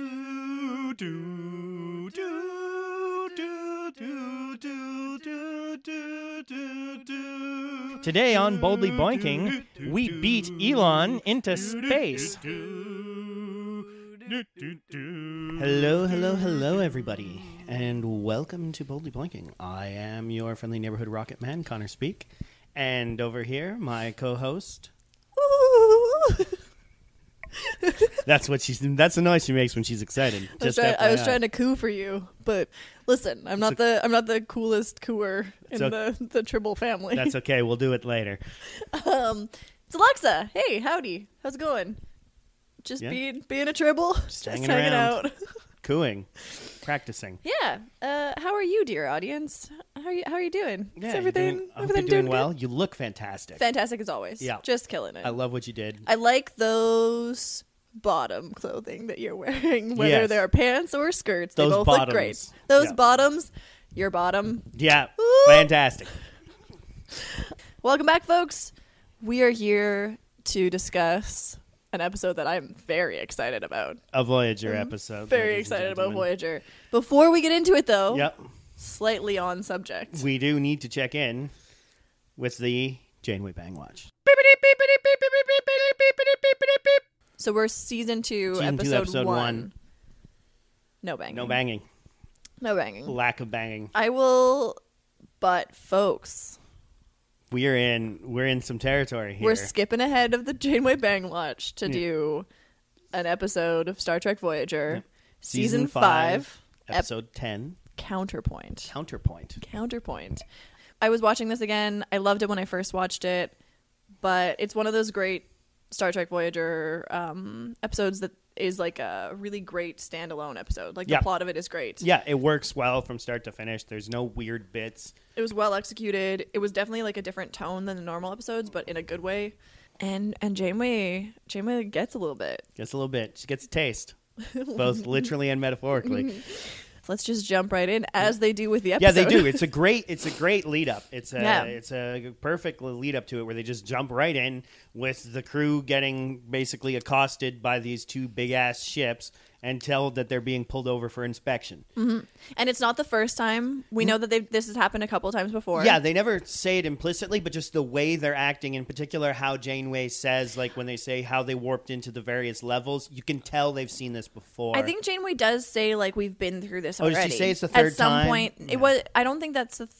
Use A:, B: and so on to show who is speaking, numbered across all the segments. A: Do do do do do do do do do do.
B: Today on Boldly Boinking, we beat Elon into space. Hello, hello, hello, everybody, and welcome to Boldly Blinking. I am your friendly neighborhood rocket man, Connor Speak, and over here, my co-host. That's what she's. That's the noise she makes when she's excited.
C: I was,
B: Just
C: try- I was
B: FYI.
C: trying to coo for you, but listen, I'm not
B: It's
C: the I'm not the coolest cooer in
B: It's o-
C: the the Tribble family. Um,
B: That's okay. We'll do it later.
C: it's Alexa. Hey, howdy, how's it going? Just
B: Yeah.
C: being being a Tribble, just
B: hanging around.
C: out.
B: Cooing, practicing.
C: yeah. Uh, how are you, dear audience? How are you How are you doing?
B: Yeah,
C: Is
B: you're
C: everything
B: doing- I hope
C: everything
B: you're doing
C: good?
B: well. You look fantastic.
C: Fantastic as always.
B: Yeah.
C: just killing it.
B: I love what you did.
C: I like those bottom clothing that you're wearing, whether
B: Yes.
C: they're pants or skirts.
B: Those
C: they both look great.
B: bottoms.
C: Those
B: Yeah.
C: bottoms, your bottom.
B: Yeah,
C: Ooh.
B: fantastic.
C: Welcome back, folks. We are here to discuss an episode that I'm very excited about.
B: A Voyager episode.
C: Very
B: ladies and
C: excited about
B: gentlemen.
C: Voyager. Before we get into it, though,
B: Yep.
C: slightly on subject.
B: we do need to check in with the Janeway Bang Watch.
C: So we're season two,
B: Season two,
C: episode,
B: episode
C: one.
B: one.
C: No banging.
B: No banging,
C: No banging.
B: lack of banging.
C: I will, but folks,
B: We are in we're in some territory here.
C: We're skipping ahead of the Janeway Bang Watch to do an episode of Star Trek Voyager, season, five, ep-
B: episode ten,
C: counterpoint.
B: counterpoint.
C: Counterpoint. I was watching this again. I loved it when I first watched it, but it's one of those great Star Trek Voyager um, episodes that is like a really great standalone episode. Like
B: Yeah.
C: the plot of it is great.
B: Yeah, it works well from start to finish. There's no weird bits.
C: It was well executed. It was definitely like a different tone than the normal episodes, but in a good way. And and Janeway Janeway gets a little bit.
B: Gets a little bit. She gets a taste, both literally and metaphorically.
C: Let's just jump right in, as they do with the
B: Yeah,
C: episode.
B: they do. It's a great. It's a great lead up. It's a.
C: Yeah.
B: It's a perfect lead up to it where they just jump right in with the crew getting basically accosted by these two big ass ships and tell that they're being pulled over for inspection.
C: Mm-hmm. and it's not the first time. We know that they've, this has happened a couple times before.
B: Mm-hmm. Yeah, they never say it implicitly, but just the way they're acting, in particular, how Janeway says, like when they say how they warped into the various levels, you can tell they've seen this before.
C: I think Janeway does say like we've been through this
B: Oh, does
C: already.
B: she say it's the
C: At
B: third
C: some
B: time?
C: point,
B: Yeah.
C: it was. I don't think that's the. Th-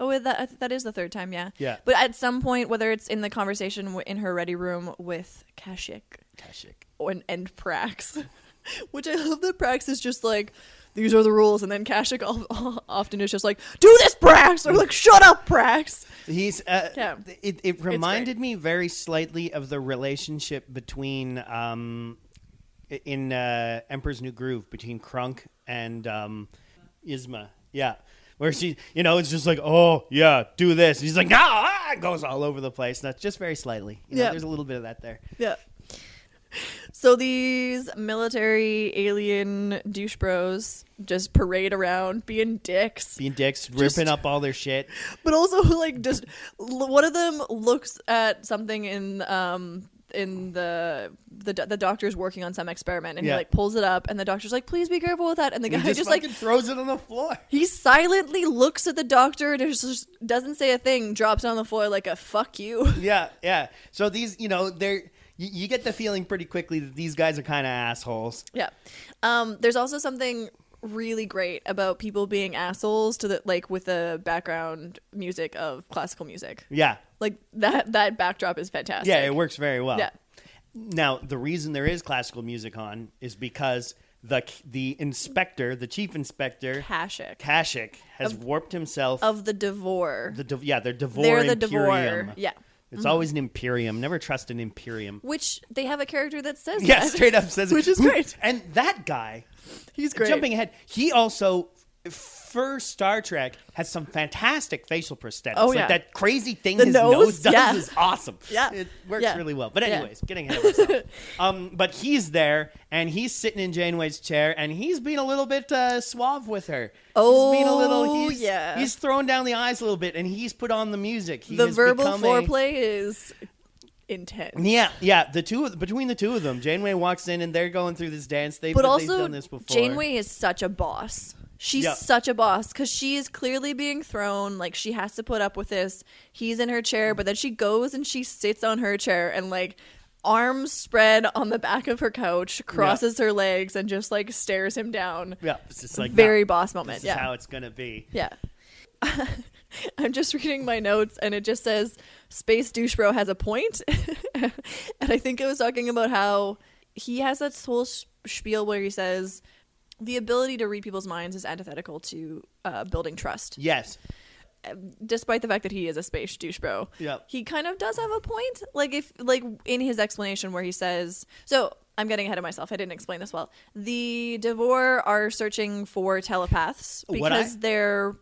C: oh, that that is the third time. Yeah.
B: Yeah.
C: But at some point, whether it's in the conversation w- in her ready room with Kashik
B: Kashik.
C: or and, and Prax, which I love that Prax is just like. These are the rules, and then Kashik al- often is just like, "Do this, Prax," or like, "Shut up, Prax."
B: He's uh,
C: Yeah.
B: it, it reminded me very slightly of the relationship between um i- in uh, Emperor's New Groove between Krunk and um Yzma. Yeah. Where she, you know, it's just like, oh yeah, do this. And he's like, no, ah, and goes all over the place. Not just very slightly. You know,
C: Yeah.
B: there's a little bit of that there.
C: Yeah. So these military alien douche bros just parade around being dicks,
B: Being dicks,
C: Just-
B: ripping up all their shit.
C: but also like just l- one of them looks at something in um in the the do- the doctor's working on some experiment and
B: Yeah.
C: he like pulls it up and the doctor's like please be careful with that and the guy
B: And he
C: just,
B: just,
C: like
B: fucking throws it on the floor.
C: he silently looks at the doctor and is just doesn't say a thing drops on the floor like a fuck you
B: Yeah, yeah. So these, you know, they're you, you get the feeling pretty quickly that these guys are kind of assholes.
C: Yeah. Um, there's also something really great about people being assholes to the like with the background music of classical music.
B: Yeah,
C: Like that that backdrop is fantastic.
B: Yeah, it works very well.
C: Yeah.
B: Now, the reason there is classical music on is because the the inspector, the chief inspector,
C: Kashik.
B: Kashik, has warped himself.
C: of the Devor.
B: the div- yeah, they're Devor
C: They're the Mm-hmm.
B: Imperium.
C: Devor. Yeah.
B: It's always an Imperium. Never trust an Imperium.
C: Which they have a character that says
B: Yeah,
C: that.
B: straight up says it.
C: Which is
B: Who-
C: great.
B: And that guy,
C: He's great.
B: jumping ahead, he also for Star Trek has some fantastic facial prosthetics.
C: Oh,
B: like
C: yeah.
B: that crazy thing
C: The
B: his
C: nose?
B: nose, does
C: Yeah.
B: is awesome.
C: Yeah.
B: It works
C: Yeah.
B: really well. But
C: Yeah.
B: anyways, getting ahead of myself. um, but he's there and he's sitting in Janeway's chair and he's being a little bit uh, suave with her.
C: Oh,
B: he's being a little he's,
C: yeah.
B: He's throwing down the eyes a little bit and he's put on the music. He
C: the
B: has
C: verbal
B: become a-
C: foreplay is intense.
B: Yeah, yeah. The two of, between the two of them, Janeway walks in and they're going through this dance. They've,
C: but
B: they've
C: also
B: done this before.
C: Janeway is such a boss. She's
B: Yeah.
C: such a boss because she is clearly being thrown. Like she has to put up with this. He's in her chair, but then she goes and she sits on her chair and like arms spread on the back of her couch, crosses her legs, and just like stares him down.
B: yeah, it's just like
C: Very
B: nah,
C: boss
B: This
C: moment.
B: is
C: yeah,
B: how it's gonna be.
C: yeah. I'm just reading my notes and it just says Space Douche Bro has a point. and I think it was talking about how he has that whole sh- spiel where he says the ability to read people's minds is antithetical to uh, building trust,
B: Yes,
C: despite the fact that he is a space douche bro.
B: Yep.
C: He kind of does have a point. Like if like in his explanation where he says, so I'm getting ahead of myself. I didn't explain this well. The Devor are searching for telepaths
B: What I-
C: because they're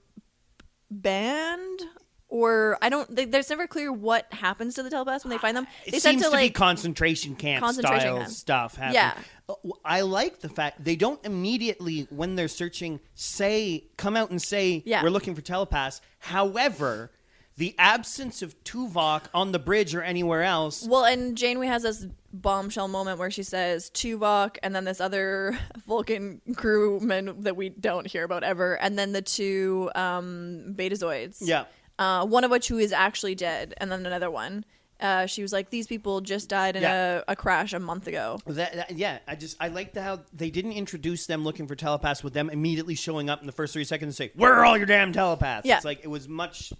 C: banned or I don't they, there's never clear what happens to the telepaths when they find them. They
B: it
C: said
B: seems to, be
C: like
B: concentration camp
C: concentration
B: style
C: camp.
B: stuff. Happening.
C: Yeah.
B: Uh, w- I like the fact they don't immediately when they're searching say come out and say
C: Yeah.
B: we're looking for telepaths. However, the absence of Tuvok on the bridge or anywhere else.
C: well, and Janeway has this bombshell moment where she says Tuvok, and then this other Vulcan crewman that we don't hear about ever, and then the two um, Betazoids.
B: Yeah.
C: uh, one of which who is actually dead, and then another one. Uh, she was like, "These people just died in
B: Yeah.
C: a, a crash a month ago."
B: That, that- yeah, I just I like the how they didn't introduce them looking for telepaths with them immediately showing up in the first three seconds and say, "Where are all your damn telepaths?"
C: Yeah.
B: It's like it was much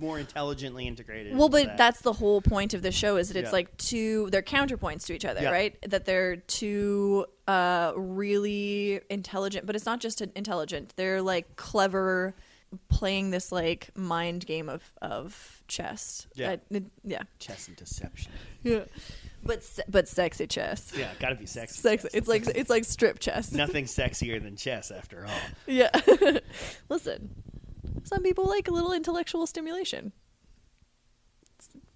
B: more intelligently integrated.
C: Well,
B: into
C: but
B: that.
C: that's the whole point of the show is that it's
B: Yeah.
C: like two they're counterpoints to each other,
B: Yeah.
C: right? That they're two uh really intelligent, but it's not just intelligent. They're like clever playing this like mind game of of chess.
B: Yeah.
C: Uh, n- yeah.
B: chess and deception.
C: Yeah. But se- but sexy chess.
B: Yeah, gotta be sexy.
C: Sexy.
B: chess.
C: It's like it's like strip chess.
B: nothing sexier than chess after all.
C: Yeah. Listen. Some people like a little intellectual stimulation.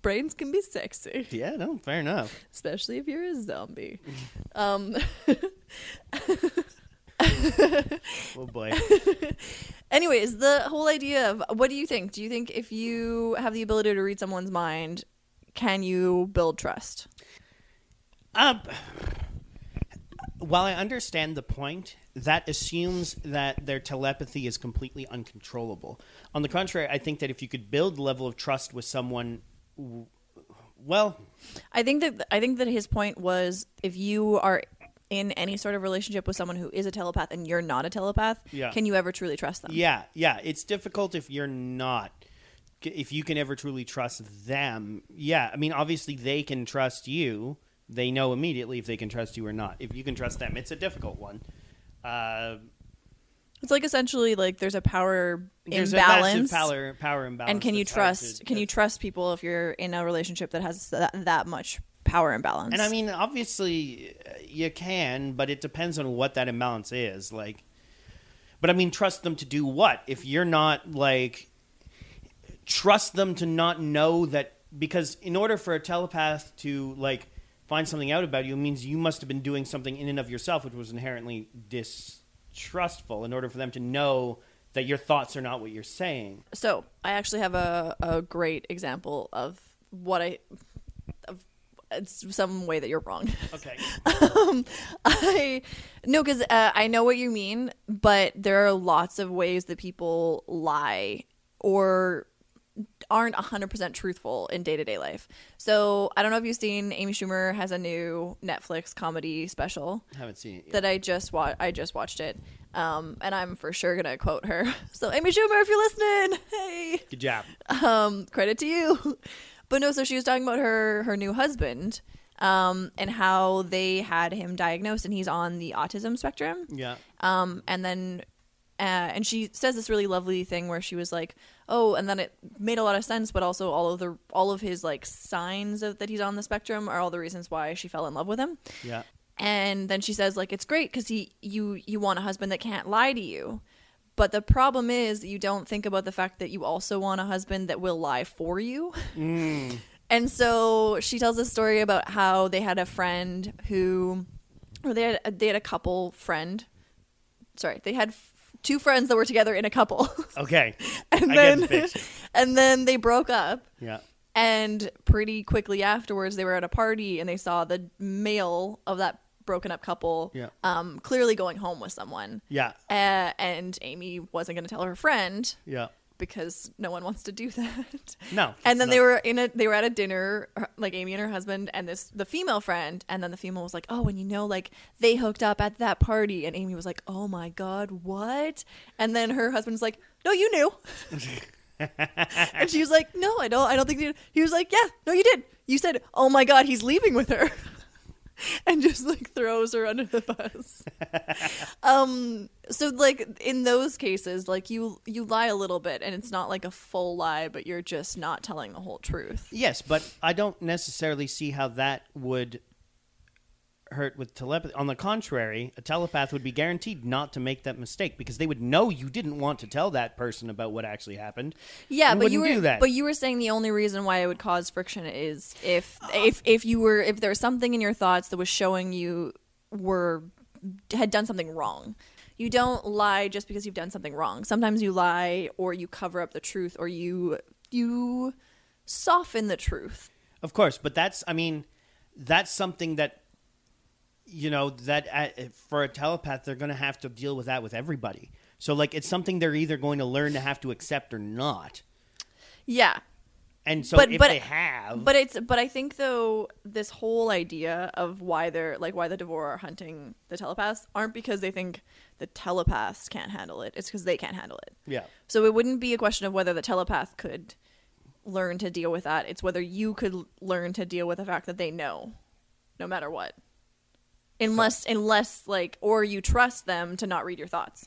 C: Brains can be sexy.
B: Yeah, no, fair enough.
C: especially if you're a zombie. um,
B: Oh boy.
C: anyways, the whole idea of what do you think? Do you think if you have the ability to read someone's mind, can you build trust?
B: Um, while I understand the point, that assumes that their telepathy is completely uncontrollable. On the contrary, I think that if you could build level of trust with someone, w- well,
C: I think that I think that his point was if you are in any sort of relationship with someone who is a telepath and you're not a telepath,
B: Yeah.
C: can you ever truly trust them?
B: yeah, yeah, it's difficult if you're not. c- If you can ever truly trust them, yeah. I mean, obviously they can trust you. They know immediately if they can trust you or not. If you can trust them, it's a difficult one. Uh,
C: It's like essentially like there's a power
B: there's a massive
C: imbalance.
B: power power imbalance.
C: and can you
B: that's hard to-
C: trust can you
B: that's-
C: trust people if you're in a relationship that has that, that much power imbalance?
B: And I mean, obviously, uh, you can, but it depends on what that imbalance is. Like, but I mean, trust them to do what? If you're not like, trust them to not know that because in order for a telepath to like find something out about you, it means you must have been doing something in and of yourself, which was inherently distrustful. In order for them to know that your thoughts are not what you're saying.
C: So I actually have a, a great example of what I of it's some way that you're wrong.
B: Okay.
C: I no, because uh, I know what you mean, but there are lots of ways that people lie or aren't 100% truthful in day-to-day life. So, I don't know if you've seen Amy Schumer has a new Netflix comedy special
B: haven't seen it yet.
C: that I just wa- I just watched it. Um, and I'm for sure going to quote her. So, Amy Schumer, if you're listening, hey
B: Good job.
C: um, credit to you. But no, so she was talking about her her new husband um, and how they had him diagnosed, and he's on the autism spectrum.
B: Yeah.
C: Um, and then, uh, and she says this really lovely thing where she was like, "Oh," and then it made a lot of sense, but also all of the all of his like signs of that he's on the spectrum are all the reasons why she fell in love with him
B: Yeah.
C: and then she says like it's great because he you you want a husband that can't lie to you but the problem is that you don't think about the fact that you also want a husband that will lie for you
B: Mm.
C: and so she tells a story about how they had a friend who or they had they had a couple friend sorry they had f- two friends that were together in a couple
B: Okay.
C: and
B: I get
C: then
B: the picture. Hmm.
C: and then they broke up
B: Yeah.
C: And pretty quickly afterwards, they were at a party and they saw the male of that broken up couple
B: Yeah.
C: um, clearly going home with someone.
B: Yeah.
C: Uh, and Amy wasn't going to tell her friend
B: Yeah.
C: because no one wants to do that.
B: No.
C: And then they
B: no.
C: were in a they were at a dinner her- like Amy and her husband and this the female friend and then the female was like, "Oh, and you know like they hooked up at that party." And Amy was like, "Oh my god, what?" And then her husband's like, "No, you knew." and she was like, "No, I don't. I don't think you." He was like, "Yeah, no you did. You said, "Oh my god, he's leaving with her." and just like throws her under the bus. um so like in those cases like you you lie a little bit and it's not like a full lie but you're just not telling the whole truth.
B: Yes, but I don't necessarily see how that would hurt with telepathy. On the contrary, a telepath would be guaranteed not to make that mistake because they would know you didn't want to tell that person about what actually happened.
C: Yeah,
B: and
C: but you were
B: wouldn't do that.
C: but you were saying the only reason why it would cause friction is if if if you were if there was something in your thoughts that was showing you were had done something wrong. You don't lie just because you've done something wrong. Sometimes you lie or you cover up the truth or you you soften the truth.
B: Of course, but that's I mean, that's something that you know that uh, for a telepath they're going to have to deal with that with everybody. So like it's something they're either going to learn to have to accept or not.
C: Yeah.
B: And so
C: But-
B: if
C: but-
B: they have
C: But it's but I think though this whole idea of why they're like why the Devora are hunting the telepaths aren't because they think the telepaths can't handle it. It's because they can't handle it.
B: yeah.
C: So it wouldn't be a question of whether the telepath could learn to deal with that. It's whether you could l- learn to deal with the fact that they know, no matter what. Unless unless like or you trust them to not read your thoughts.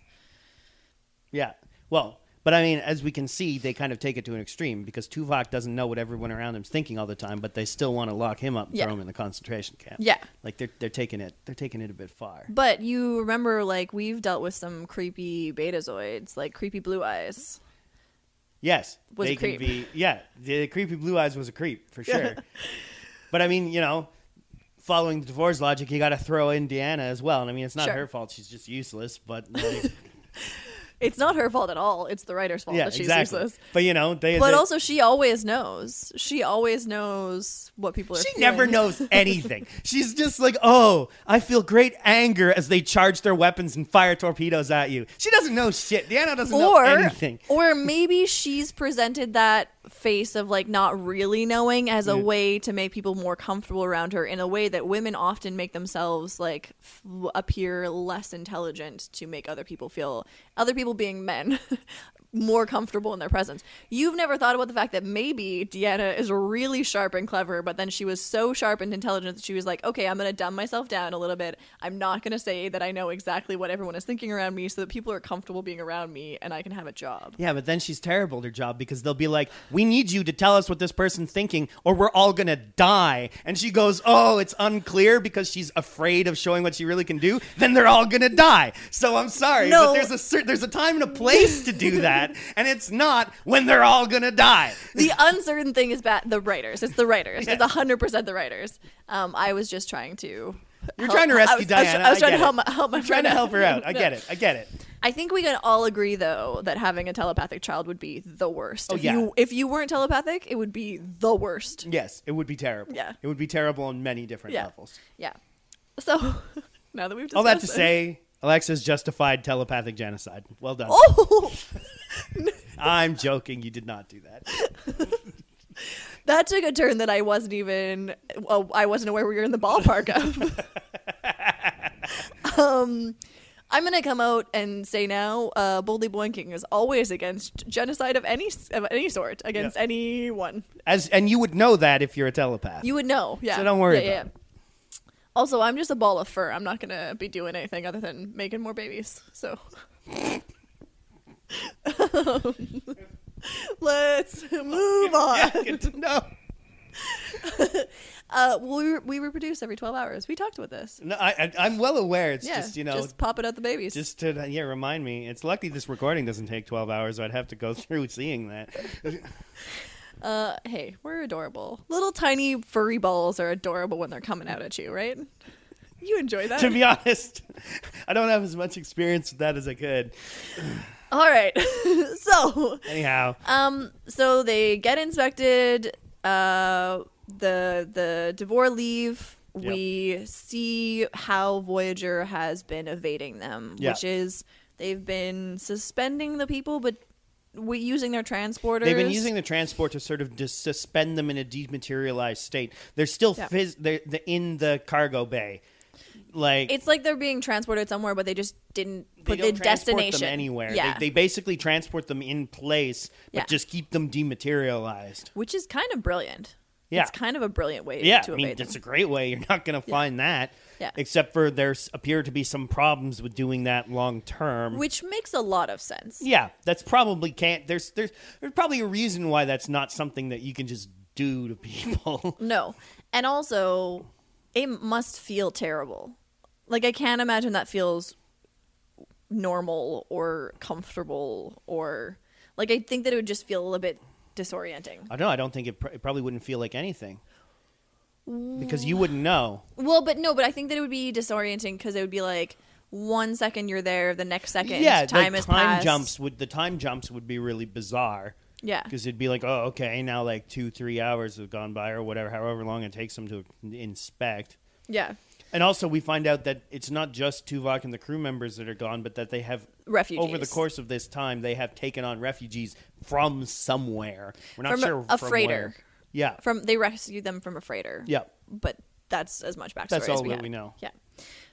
B: Yeah. Well, but I mean, as we can see, they kind of take it to an extreme because Tuvok doesn't know what everyone around him's thinking all the time, but they still want to lock him up and
C: Yeah.
B: throw him in the concentration camp.
C: Yeah.
B: Like they're they're taking it they're taking it a bit far.
C: But you remember like we've dealt with some creepy betazoids, like creepy blue eyes.
B: Yes,
C: Was
B: they
C: a creep.
B: can be. Yeah, the creepy blue eyes was a creep for sure. but I mean, you know, following the divorce logic, you got to throw in Deanna as well. And I mean, it's not
C: Sure.
B: her fault; she's just useless. But like,
C: It's not her fault at all. It's the writer's fault
B: yeah,
C: that she's
B: exactly.
C: useless.
B: But you know, they.
C: But
B: they-
C: also, she always knows. She always knows what people are.
B: She
C: feeling.
B: never knows anything. She's just like, oh, I feel great anger as they charge their weapons and fire torpedoes at you. She doesn't know shit. Deanna doesn't know
C: Or
B: anything.
C: or maybe she's presented that face of like not really knowing as a way to make people more comfortable around her in a way that women often make themselves like f- appear less intelligent to make other people feel other people being men more comfortable in their presence. You've never thought about the fact that maybe Deanna is really sharp and clever, but then she was so sharp and intelligent that she was like, okay, I'm going to dumb myself down a little bit. I'm not going to say that I know exactly what everyone is thinking around me so that people are comfortable being around me and I can have a job.
B: Yeah, but then she's terrible at her job because they'll be like, "We need you to tell us what this person's thinking, or we're all gonna die." And she goes, "Oh, it's unclear because she's afraid of showing what she really can do. Then they're all gonna die." So I'm sorry,
C: No.
B: but there's a cer- there's a time and a place to do that, and it's not when they're all gonna die.
C: The uncertain thing is bad. The writers. It's the writers. It's It's 100% the writers. Um, I was just trying to.
B: You're
C: help-
B: trying to rescue
C: I was, I was-
B: Diana.
C: I was
B: I
C: trying to
B: get
C: help
B: it.
C: my, help my
B: I'm trying to
C: friend
B: help her out. I
C: No.
B: get it. I get it.
C: I think we can all agree, though, that having a telepathic child would be the worst.
B: Oh,
C: if
B: yeah.
C: You, if you weren't telepathic, it would be the worst.
B: Yes, it would be terrible.
C: Yeah.
B: it would be terrible on many different
C: Yeah.
B: levels.
C: Yeah. So now that we've discussed
B: All that to
C: this-
B: say, Alexa's justified telepathic genocide. Well done.
C: oh,
B: I'm joking. You did not do that.
C: that took a turn that I wasn't even. Well, I wasn't aware we were in the ballpark of. um, I'm gonna come out and say now, uh, boldly blinking is always against genocide of any of any sort against anyone.
B: As and you would know that if you're a telepath.
C: You would know. Yeah.
B: So don't worry
C: Yeah, yeah,
B: about
C: yeah. Also, I'm just a ball of fur. I'm not gonna be doing anything other than making more babies. So. Um, let's move on.
B: no,
C: Uh, we we reproduce every 12 hours. We talked about this.
B: no, I, I, I'm well aware. It's
C: yeah,
B: just you know,
C: just
B: just,
C: popping out the babies.
B: to yeah, remind me. It's lucky this recording doesn't take 12 hours. I'd have to go through seeing that.
C: uh, hey, we're adorable. Little tiny furry balls are adorable when they're coming out at you, right? You enjoy that.
B: to be honest, I don't have as much experience with that as I could.
C: All right. so,
B: Anyhow,
C: Um, so they get inspected. uh, the the Devore leave.
B: Yep.
C: We see how Voyager has been evading them,
B: Yeah.
C: which is they've been suspending the people, but we using their transporters.
B: They've been using the transport to sort of dis- suspend them in a dematerialized state. They're still
C: Yeah.
B: phys- they're, they in the cargo bay. Like
C: It's like they're being transported somewhere, but they just didn't put
B: don't
C: the
B: transport
C: destination
B: them anywhere.
C: Yeah,
B: They, they basically transport them in place, but
C: Yeah.
B: just keep them dematerialized.
C: which is kind of brilliant.
B: Yeah.
C: it's kind of a brilliant way
B: Yeah,
C: to
B: I
C: evade
B: mean
C: them.
B: it's a great way. You're not going to find that,
C: Yeah.
B: except for there's appear to be some problems with doing that long term.
C: which makes a lot of sense.
B: Yeah, that's probably can't. There's there's there's probably a reason why that's not something that you can just do to people.
C: No. And also, it must feel terrible. Like, I can't imagine that feels normal or comfortable or. Like, I think that it would just feel a little bit disorienting.
B: I don't know. I don't think it, pr- it probably wouldn't feel like anything because
C: Mm.
B: you wouldn't know.
C: Well, but no, but I think that it would be disorienting because it would be like one second you're there, the next second
B: yeah,
C: time
B: the
C: has
B: time
C: passed.
B: jumps would the time jumps would be really bizarre.
C: Yeah.
B: because it'd be like, oh, okay, now like two, three hours have gone by or whatever, however long it takes them to inspect.
C: Yeah.
B: And also, we find out that it's not just Tuvok and the crew members that are gone, but that they have
C: Refugees.
B: over the course of this time they have taken on refugees from somewhere. We're not
C: From a-
B: sure
C: a
B: from
C: freighter.
B: where. Yeah,
C: From they rescued them from a freighter.
B: yeah,
C: but that's as much backstory
B: That's
C: as
B: all
C: we,
B: that
C: have.
B: we know.
C: Yeah.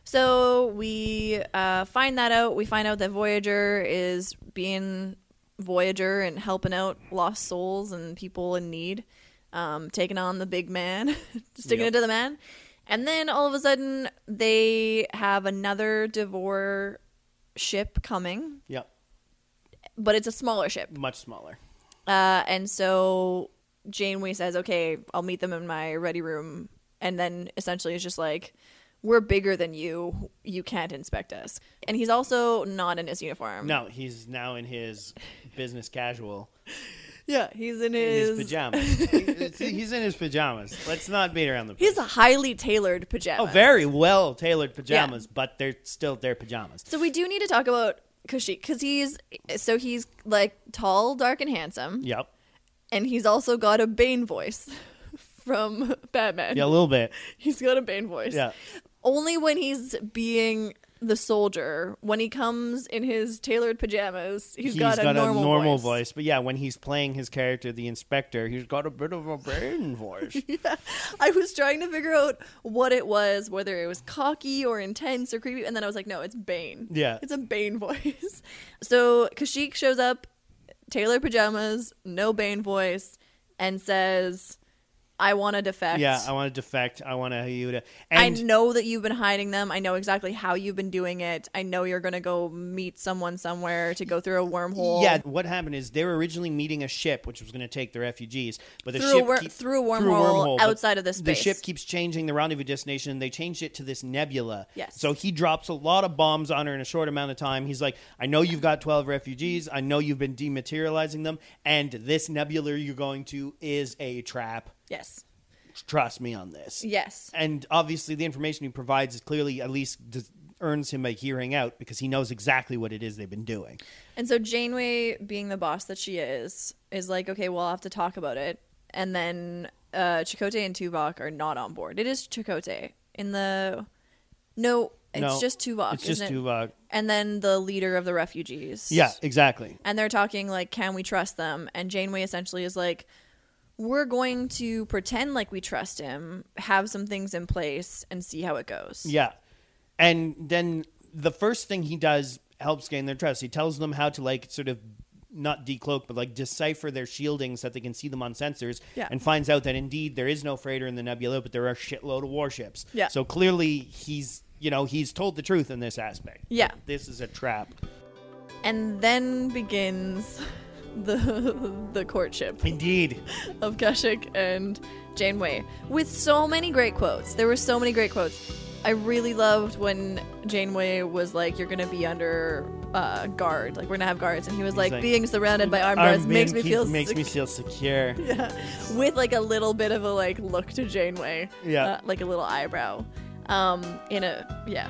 C: So we uh, find that out. We find out that Voyager is being Voyager and helping out lost souls and people in need, um, taking on the big man, sticking
B: Yep.
C: it to the man. And then all of a sudden, they have another Devore ship coming,
B: yeah.
C: but it's a smaller ship.
B: Much smaller.
C: Uh, and so Janeway says, "Okay, I'll meet them in my ready room." And then essentially it's just like, "We're bigger than you. You can't inspect us." And he's also not in his uniform.
B: No, he's now in his business casual,
C: Yeah, he's
B: in
C: in his.
B: his pajamas. he's he's in his pajamas. Let's not beat around the bush.
C: He's a highly tailored pajama.
B: Oh, very well tailored pajamas, but they're still their pajamas.
C: So we do need to talk about Kushik because he's so he's like tall, dark, and handsome,
B: Yep.
C: and he's also got a Bane voice from Batman.
B: Yeah, a little bit.
C: He's got a Bane voice.
B: Yeah.
C: only when he's being the soldier when he comes in his tailored pajamas he's got, a, normal voice,
B: but yeah, when he's playing his character, the inspector, he's got a bit of a brain voice.
C: i was trying to figure out what it was whether it was cocky or intense or creepy and then i was like no it's bane
B: Yeah.
C: it's a bane voice so kashik shows up tailored pajamas no bane voice and says i want to defect
B: yeah, I want to defect. I want to you to.
C: I
B: And
C: know that you've been hiding them. I know exactly how you've been doing it. I know you're going to go meet someone somewhere to go through a wormhole.
B: yeah, what happened is they were originally meeting a ship which was going to take the refugees, but the
C: Through a
B: ship
C: wor-
B: keep-
C: through a wormhole
B: but
C: outside of the
B: The
C: space.
B: ship keeps changing the rendezvous destination. and They changed it to this nebula.
C: Yes.
B: So he drops a lot of bombs on her in a short amount of time. He's like, "I know you've got twelve refugees. I know you've been dematerializing them, and this nebula you're going to is a trap.
C: Yes.
B: Trust me on this."
C: Yes.
B: and obviously the information he provides is clearly at least does, earns him a hearing out because he knows exactly what it is they've been doing.
C: And so Janeway, being the boss that she is, is like, okay, well, I'll have to talk about it. And then uh, Chakotay and Tuvok are not on board. It is Chakotay in the no, it's
B: No,
C: just Tuvok.
B: It's just
C: isn't it?
B: Tuvok.
C: And then the leader of the refugees.
B: Yeah, exactly.
C: and they're talking like can we trust them and janeway essentially is like we're going to pretend like we trust him have some things in place and see how it goes
B: Yeah. And then the first thing he does helps gain their trust. He tells them how to like sort of not decloak but like decipher their shielding so that they can see them on sensors
C: Yeah.
B: and finds out that indeed there is no freighter in the nebula but there are a shitload of warships.
C: Yeah.
B: So clearly he's you know, he's told the truth in this aspect.
C: Yeah.
B: This is a trap.
C: and then begins the the courtship
B: Indeed.
C: of Kashik and Janeway with so many great quotes. There were so many great quotes. I really loved when Janeway was like, "You're gonna be under uh, guard. Like we're gonna have guards," and he was like,
B: like,
C: "Being surrounded by armed
B: Our
C: guards makes
B: man
C: me
B: keep-
C: feel
B: makes
C: sick."
B: me feel secure.
C: yeah, with like a little bit of a like look to Janeway.
B: Yeah.
C: Uh, like a little eyebrow. Um, in a yeah.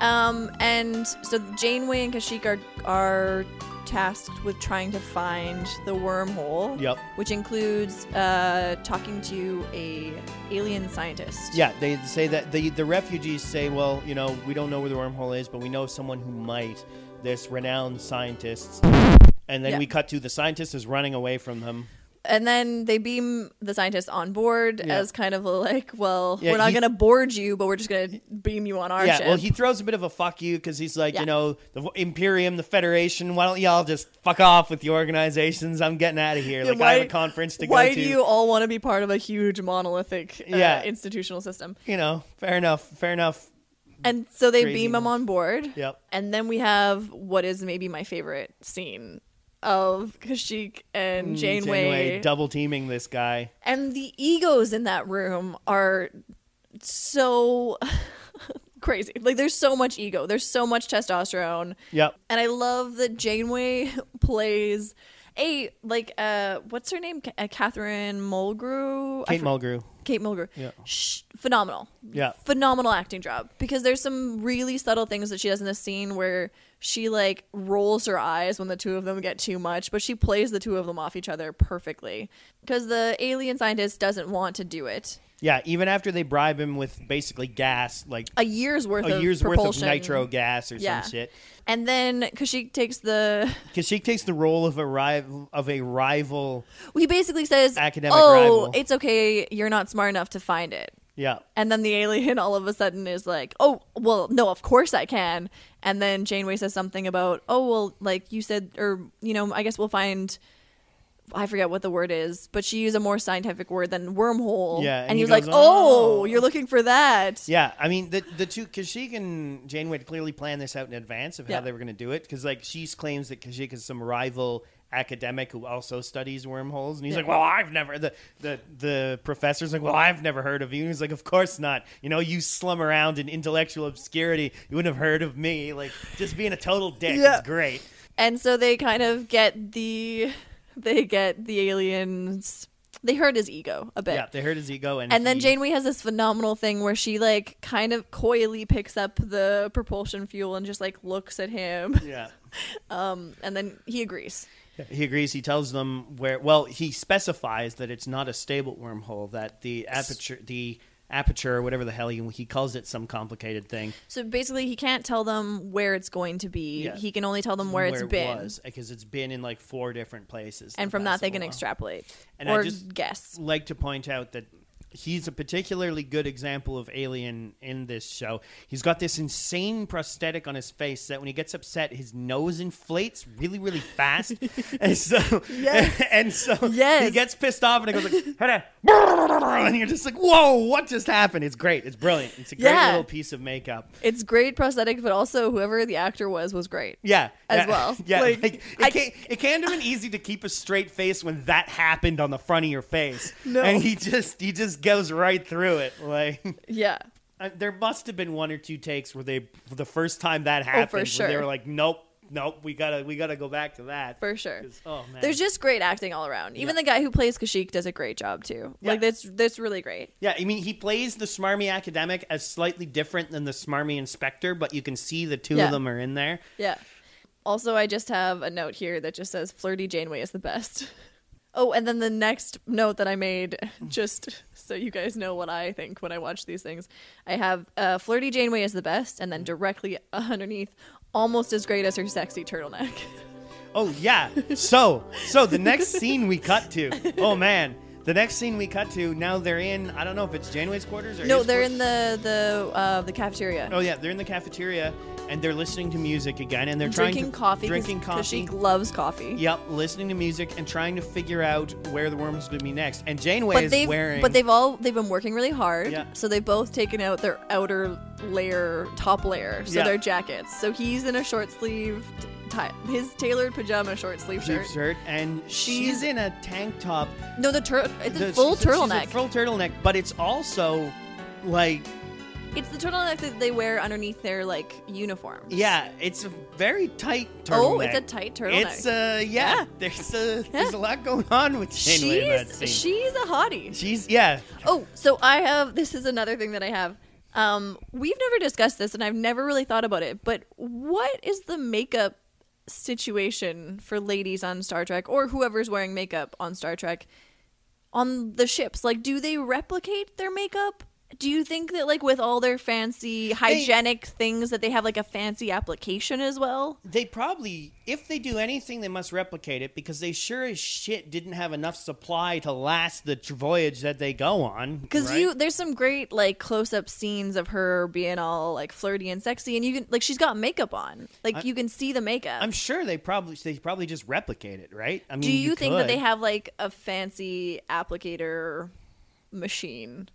C: Um, and so Janeway and Kashik are are tasked with trying to find the wormhole.
B: Yep.
C: Which includes uh, talking to a alien scientist.
B: Yeah, they say that the the refugees say, well, you know, we don't know where the wormhole is, but we know someone who might. This renowned scientist, and then
C: Yeah.
B: we cut to the scientist is running away from them.
C: And then they beam the scientist on board
B: Yeah.
C: as kind of like, well,
B: Yeah,
C: we're not
B: he-
C: going to board you, but we're just going to beam you on our
B: yeah,
C: ship.
B: well, he throws a bit of a fuck you because he's like,
C: Yeah.
B: you know, the v- Imperium, the Federation. Why don't y'all just fuck off with your organizations? I'm getting out of here.
C: Yeah,
B: like I have a conference to
C: why
B: go to.
C: do you all want to be part of a huge monolithic uh,
B: Yeah.
C: institutional system?
B: You know, fair enough. Fair enough.
C: And so they
B: Crazy
C: beam him on board.
B: Yep.
C: And then we have what is maybe my favorite scene of Kashyyyk and Janeway.
B: Mm, Janeway double teaming this guy.
C: and the egos in that room are so crazy. Like there's so much ego. There's so much testosterone.
B: Yep.
C: And I love that Janeway plays a like uh what's her name? Ca- uh, Catherine Mulgrew. I
B: Kate
C: for-
B: Mulgrew.
C: Kate Mulgrew.
B: Yeah.
C: Sh- phenomenal.
B: Yeah.
C: Phenomenal acting job because there's some really subtle things that she does in this scene where she like rolls her eyes when the two of them get too much, but she plays the two of them off each other perfectly because the alien scientist doesn't want to do it.
B: Yeah, even after they bribe him with basically gas, like
C: A year's worth
B: a
C: of
B: year's worth of
C: propulsion.
B: nitro gas or
C: Yeah.
B: some shit.
C: And then because she takes the,
B: Because she takes the role of a rival of a rival.
C: he basically says,
B: Academic
C: "Oh,
B: rival.
C: it's okay. You're not smart enough to find it."
B: Yeah.
C: And then the alien all of a sudden is like, oh, well, no, of course I can. And then Janeway says something about, oh, well, like you said, or, you know, I guess we'll find, I forget what the word is, but she used a more scientific word than wormhole.
B: Yeah, and
C: And,
B: he
C: he was like,
B: goes,
C: oh,
B: "Oh."
C: you're looking for that.
B: Yeah, I mean the the two Kashyyyk and Janeway had clearly planned this out in advance of how
C: Yeah.
B: they were going to do it because like she claims that Kashyyyk is some rival academic who also studies wormholes, and he's
C: Yeah.
B: like, "Well, I've never." The the the professor's like, "Well, I've never heard of you." And he's like, "Of course not. You know, you slum around in intellectual obscurity. You wouldn't have heard of me. Like, just being a total dick
C: Yeah.
B: is great."
C: And so they kind of get the, they get the aliens, they hurt his ego a bit.
B: Yeah, they hurt his ego, and
C: And then
B: he-
C: Janeway has this phenomenal thing where she like kind of coyly picks up the propulsion fuel and just like looks at him,
B: Yeah.
C: and then he agrees.
B: He agrees. He tells them where. Well, he specifies that it's not a stable wormhole. That the aperture, the aperture, or whatever the hell he, he calls it, some complicated thing.
C: So basically, he can't tell them where it's going to be.
B: Yeah.
C: He can only tell them where, it's
B: it
C: been,
B: was because it's been in like four different places.
C: and
B: the
C: from
B: past
C: that they can
B: little while.
C: extrapolate
B: And I
C: or
B: just-
C: guess.
B: Like to point out that he's a particularly good example of alien in this show. He's got this insane prosthetic on his face that when he gets upset, his nose inflates really, really fast, and so
C: Yes.
B: and so he
C: Yes.
B: gets pissed off and it goes like, "Hada," and you're just like, "Whoa, what just happened?" It's great. It's brilliant. It's a great
C: Yeah.
B: little piece of makeup.
C: It's great prosthetic, but also whoever the actor was was great.
B: Yeah,
C: As
B: yeah,
C: well.
B: Yeah, like,
C: Like,
B: it,
C: I-
B: can't, it can't have been easy to keep a straight face when that happened on the front of your face.
C: No.
B: and he just he just goes right through it. Like
C: Yeah,
B: I- there must have been one or two takes where they for the first time that happened, where they
C: Oh, sure.
B: were like, nope, nope, we gotta we gotta go back to that.
C: for sure.
B: 'Cause- oh man,
C: There's just great acting all around. Even
B: Yeah.
C: the guy who plays Kashyyyk does a great job too.
B: Yeah.
C: Like that's that's really great.
B: yeah. I mean, he plays the smarmy academic as slightly different than the smarmy inspector, but you can see the two
C: Yeah.
B: of them are in there.
C: Yeah. Also, I just have a note here that just says Flirty Janeway is the best. Oh, and then the next note that I made, just so you guys know what I think when I watch these things, I have uh, Flirty Janeway is the best, and then directly underneath, almost as great as her sexy turtleneck.
B: Oh yeah. So so the next scene we cut to. Oh man. The next scene we cut to. Now they're in. I don't know if it's Janeway's quarters or
C: no,
B: his
C: they're
B: quarters.
C: in the the uh, the cafeteria.
B: Oh yeah, they're in the cafeteria and they're listening to music again and they're
C: Drinking
B: trying to
C: coffee. 'cause
B: drinking coffee.
C: Kashyyyk loves coffee.
B: Yep, listening to music and trying to figure out where the worm's going to be next. And Janeway
C: But
B: is
C: they've
B: wearing.
C: but they've all they've been working really hard.
B: Yeah.
C: So they've both taken out their outer layer, top layer, so
B: Yeah.
C: their jackets. So he's in a short sleeve, tie, his tailored pajama short sleeve
B: Sheep
C: shirt.
B: shirt, and she's
C: She's-
B: in a tank top.
C: No, the tur- it's
B: The-
C: a full
B: she's she's
C: turtleneck.
B: a full turtleneck, but it's also like
C: it's the turtleneck that they wear underneath their like uniforms.
B: yeah, it's a very tight turtleneck.
C: Oh, it's a tight turtleneck.
B: It's uh yeah,
C: Yeah.
B: There's a there's a lot going on with Janeway in that scene.
C: she's she's a hottie.
B: she's yeah.
C: Oh, so I have this is another thing that I have. Um, we've never discussed this, and I've never really thought about it. But what is the makeup situation for ladies on Star Trek or whoever's wearing makeup on Star Trek on the ships? Like, do they replicate their makeup? Do you think that, like, with all their fancy hygienic things, that they have like a fancy application as well?
B: They probably, if they do anything, they must replicate it because they sure as shit didn't have enough supply to last the tr- voyage that they go on.
C: Because
B: right?
C: you, there's some great like close-up scenes of her being all like flirty and sexy, and you can like she's got makeup on, like you can see the makeup.
B: I'm sure they probably they probably just replicate it, right? I mean,
C: Do you, think that
B: could.
C: they have like a fancy applicator machine?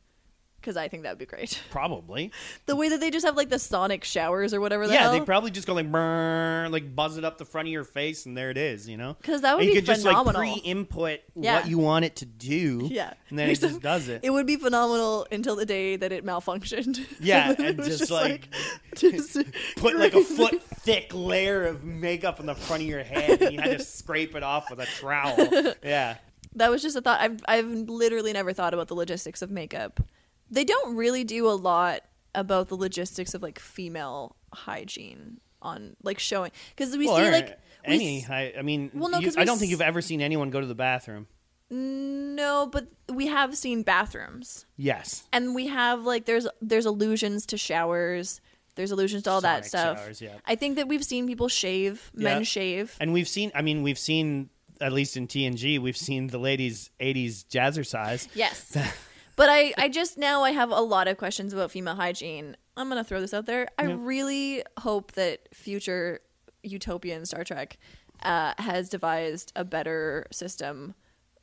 C: Because I think that would be great.
B: probably?
C: The way that they just have like the sonic showers or whatever. The
B: yeah,
C: hell.
B: they probably just go like brrr, like buzz it up the front of your face, and there it is. You know,
C: 'Cause that would
B: And you
C: be
B: could just
C: phenomenal.
B: like pre-input
C: Yeah.
B: what you want it to do.
C: Yeah.
B: and then it just does it.
C: It would be phenomenal until the day that it malfunctioned.
B: Yeah,
C: It
B: and
C: was
B: just, like,
C: just
B: Put like a
C: crazy.
B: foot thick layer of makeup on the front of your head, and you had to scrape it off with a trowel. Yeah.
C: That was just a thought. I've I've literally never thought about the logistics of makeup. They don't really do a lot about the logistics of like female hygiene on like showing because we
B: Well,
C: see
B: or
C: like we
B: any,
C: s-
B: I, I mean,
C: Well, no,
B: you-
C: 'cause we
B: I don't think
C: s-
B: you've ever seen anyone go to the bathroom.
C: no, but we have seen bathrooms
B: Yes,
C: and we have like there's there's allusions to showers. There's allusions to all
B: Sonic
C: that stuff.
B: showers, yeah.
C: I think that we've seen people shave,
B: Yeah.
C: men shave.
B: and we've seen. I mean, we've seen at least in TNG, we've seen the ladies' '80s jazzercise.
C: Yes. but I, I just now I have a lot of questions about female hygiene. I'm going to throw this out there. I really hope that future utopian Star Trek uh, has devised a better system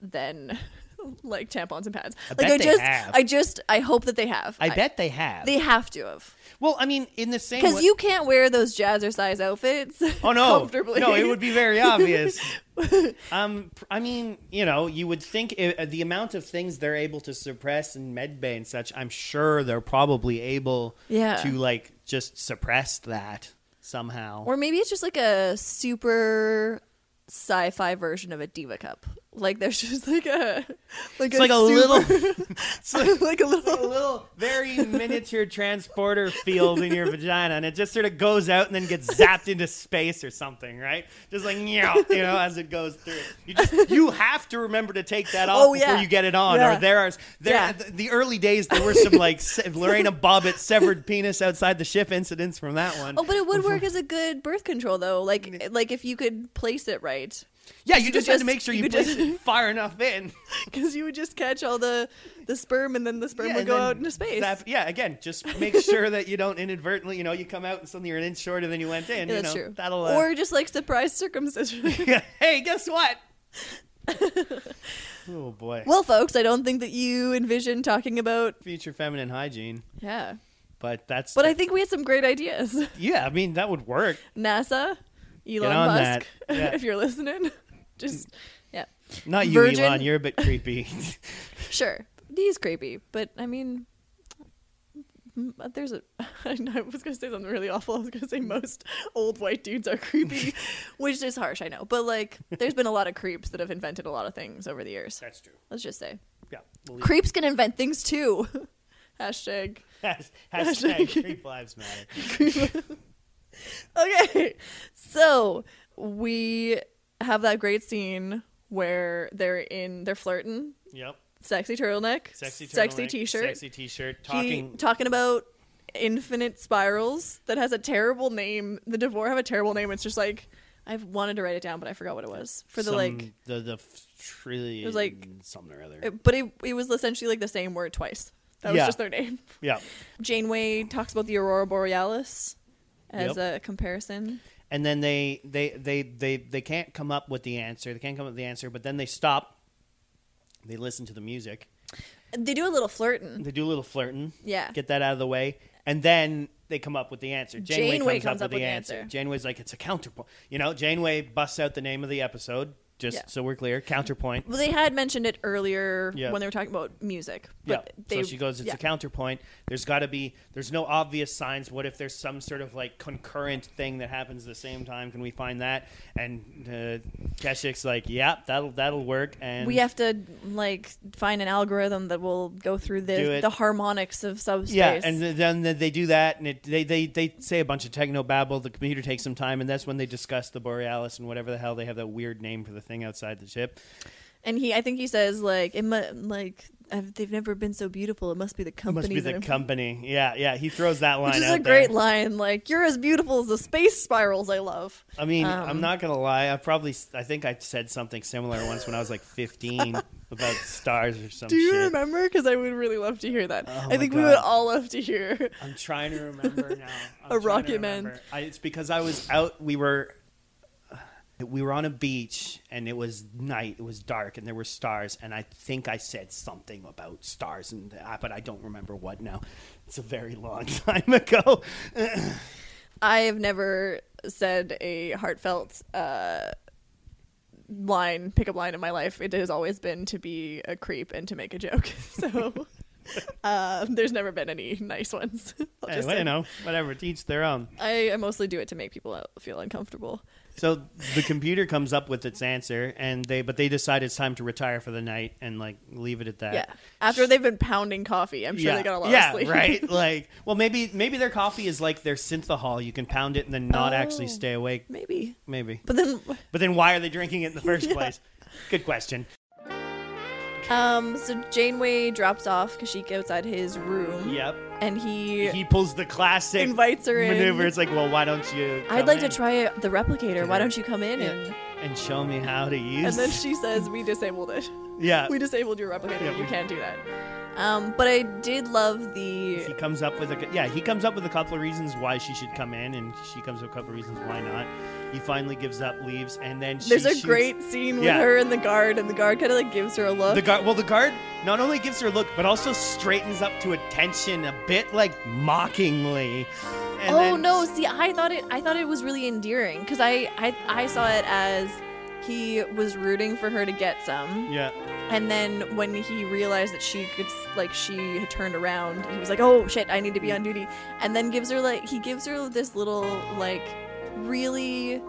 C: than like tampons and pads. like
B: bet
C: I
B: they
C: just
B: have.
C: I just I hope that they have.
B: I bet they have.
C: they have to have.
B: well, I mean, in the same
C: Cuz
B: way.
C: you can't wear those jazzercise outfits
B: oh no,
C: comfortably.
B: no, it would be very obvious. um, pr- I mean, you know, you would think i uh, the amount of things they're able to suppress in medbay and such. I'm sure they're probably able
C: Yeah.
B: to like just suppress that somehow.
C: Or maybe it's just like a super sci-fi version of a diva cup. Like there's just like a like
B: it's like a little, it's like
C: little like a
B: a
C: little
B: little, very miniature transporter field in your vagina, and it just sort of goes out and then gets zapped into space or something, right? Just like meow, you know, as it goes through. You just you have to remember to take that off
C: Oh,
B: before
C: yeah.
B: you get it on,
C: Yeah.
B: or there are there
C: Yeah.
B: the, the early days there were some like se- Lorena Bobbitt severed penis outside the ship incidents from that one.
C: Oh, but it would work as a good birth control though. Like like if you could place it right.
B: yeah, you
C: you
B: just had
C: could
B: to
C: just-
B: make sure
C: you
B: you
C: could
B: place
C: just-
B: it far enough in.
C: Cuz you would just catch all the the sperm and then the sperm
B: Yeah,
C: would
B: and
C: go
B: then
C: out into space.
B: zap- yeah, again, just make sure that you don't inadvertently, you know, you come out and suddenly you're an inch shorter than you went in.
C: Yeah,
B: you
C: that's
B: know,
C: true.
B: That'll uh,
C: Or just like surprise circumcision.
B: hey, guess what? oh boy.
C: well, folks, I don't think that you envision talking about
B: Future feminine hygiene,
C: yeah.
B: but that's
C: But I think we had some great ideas.
B: yeah, I mean that would work.
C: NASA, Elon
B: on
C: Musk,
B: that. Yeah.
C: if you're listening, just yeah,
B: Not you,
C: Virgin-
B: Elon. You're a bit creepy.
C: sure. He's creepy, but I mean, m- uh, there's a. I know, I was gonna say something really awful. I was gonna say most old white dudes are creepy, which is harsh, I know. But like, there's been a lot of creeps that have invented a lot of things over the years.
B: that's true.
C: Let's just say,
B: Yeah. Believe
C: creeps can invent things too. Hashtag
B: Has- hashtag creep lives matter.
C: okay. So we have that great scene where they're in they're flirting,
B: Yep.
C: sexy turtleneck,
B: Sexy, turtleneck,
C: t-shirt,
B: Sexy t-shirt.
C: He-
B: Talking.
C: talking about infinite spirals that has a terrible name. The Devore have a terrible name. It's just like I wanted to write it down, but I forgot what it was for the
B: some-
C: like.
B: the the trillion.
C: like-
B: something or other.
C: it- but it it was essentially like the same word twice. That was
B: Yeah.
C: just their name.
B: yeah.
C: Janeway talks about the aurora borealis as
B: Yep.
C: a comparison.
B: and then they they they they they can't come up with the answer. They can't come up with the answer, but then they stop. They listen to the music.
C: They do a little flirting.
B: They do a little flirting.
C: Yeah.
B: Get that out of the way, and then they come up with the answer. Janeway, comes, up, with the answer. Janeway's like, it's a counterpoint. You know, Janeway busts out the name of the episode. Just
C: Yeah.
B: so we're clear, counterpoint.
C: Well, they had mentioned it earlier
B: Yeah.
C: when they were talking about music.
B: Yeah.
C: But they,
B: so she goes, it's
C: yeah.
B: a counterpoint. There's got to be. There's no obvious signs. What if there's some sort of like concurrent thing that happens at the same time? Can we find that? And uh, Keshik's like, yeah, that'll that'll work. And
C: We have to like find an algorithm that will go through
B: Do
C: the
B: it.
C: the harmonics of subspace.
B: Yeah, and th- then th- they do that, and it, they, they, they say a bunch of techno babble. The computer takes some time, and that's when they discuss the Borealis and whatever the hell they have that weird name for the thing outside the ship.
C: And he, I think he says like it mu- like I've, they've never been so beautiful. It must be the
B: It must
C: company.
B: be
C: that
B: the
C: I'm-
B: company. Yeah, yeah. He throws that line
C: which is
B: out
C: a great
B: there.
C: line. Like you're as beautiful as the space spirals I love.
B: I mean,
C: Um,
B: I'm not gonna lie. I probably, s- I think I said something similar once when I was like 15 about stars or some
C: Do you
B: shit.
C: remember? Because I would really love to hear that.
B: Oh
C: I
B: my
C: think we would
B: God.
C: all love to hear.
B: I'm trying to remember now. I'm
C: A
B: trying to
C: Rocket Man.
B: remember. I, it's because I was out. We were we were on a beach and it was night. It was dark and there were stars. And I think I said something about stars and uh, but I don't remember what now. It's a very long time ago.
C: I have never said a heartfelt uh, line, pickup line in my life. It has always been to be a creep and to make a joke. So uh, there's never been any nice ones. I'll just
B: Anyway,
C: say.
B: you know, whatever. To each their own.
C: I, I mostly do it to make people out- feel uncomfortable.
B: So the computer comes up with its answer, and they but they decide it's time to retire for the night and like leave it at that.
C: Yeah. After they've been pounding coffee, I'm sure
B: yeah.
C: they got a lot
B: yeah,
C: of sleep.
B: right. Like, well, maybe maybe their coffee is like their synthahol. You can pound it and then not actually
C: Oh.
B: stay awake.
C: Maybe.
B: Maybe.
C: But then,
B: But then why are they drinking it in the first place? Good question.
C: um, so Janeway drops off Kashika outside his room.
B: Yep.
C: And he,
B: He pulls the classic
C: Invites her in.
B: maneuver. It's like, well, why don't you?
C: I'd
B: come
C: like
B: in
C: to try it- the replicator. Why
B: Yeah.
C: don't you come in
B: Yeah.
C: and.
B: and show me how to use.
C: And then she says, "We disabled it.
B: yeah.
C: We disabled your replicator.
B: Yeah,
C: you
B: we-
C: can't do that." Um, but I did love
B: he
C: the
B: comes up with a yeah. He comes up with a couple of reasons why she should come in, and she comes up with a couple of reasons why not. He finally gives up, leaves, and then she
C: there's a
B: shoots-
C: great scene with
B: Yeah.
C: her and the guard, and the guard kind of like gives her a look.
B: The guard, well, the guard not only gives her a look, but also straightens up to attention a bit, like mockingly. And
C: oh
B: then-
C: no! See, I thought it. I thought it was really endearing because I, I I saw it as he was rooting for her to get some,
B: Yeah,
C: and then when he realized that she could s- like she had turned around, he was like, "Oh shit! I need to be on duty," and then gives her like he gives her this little like really.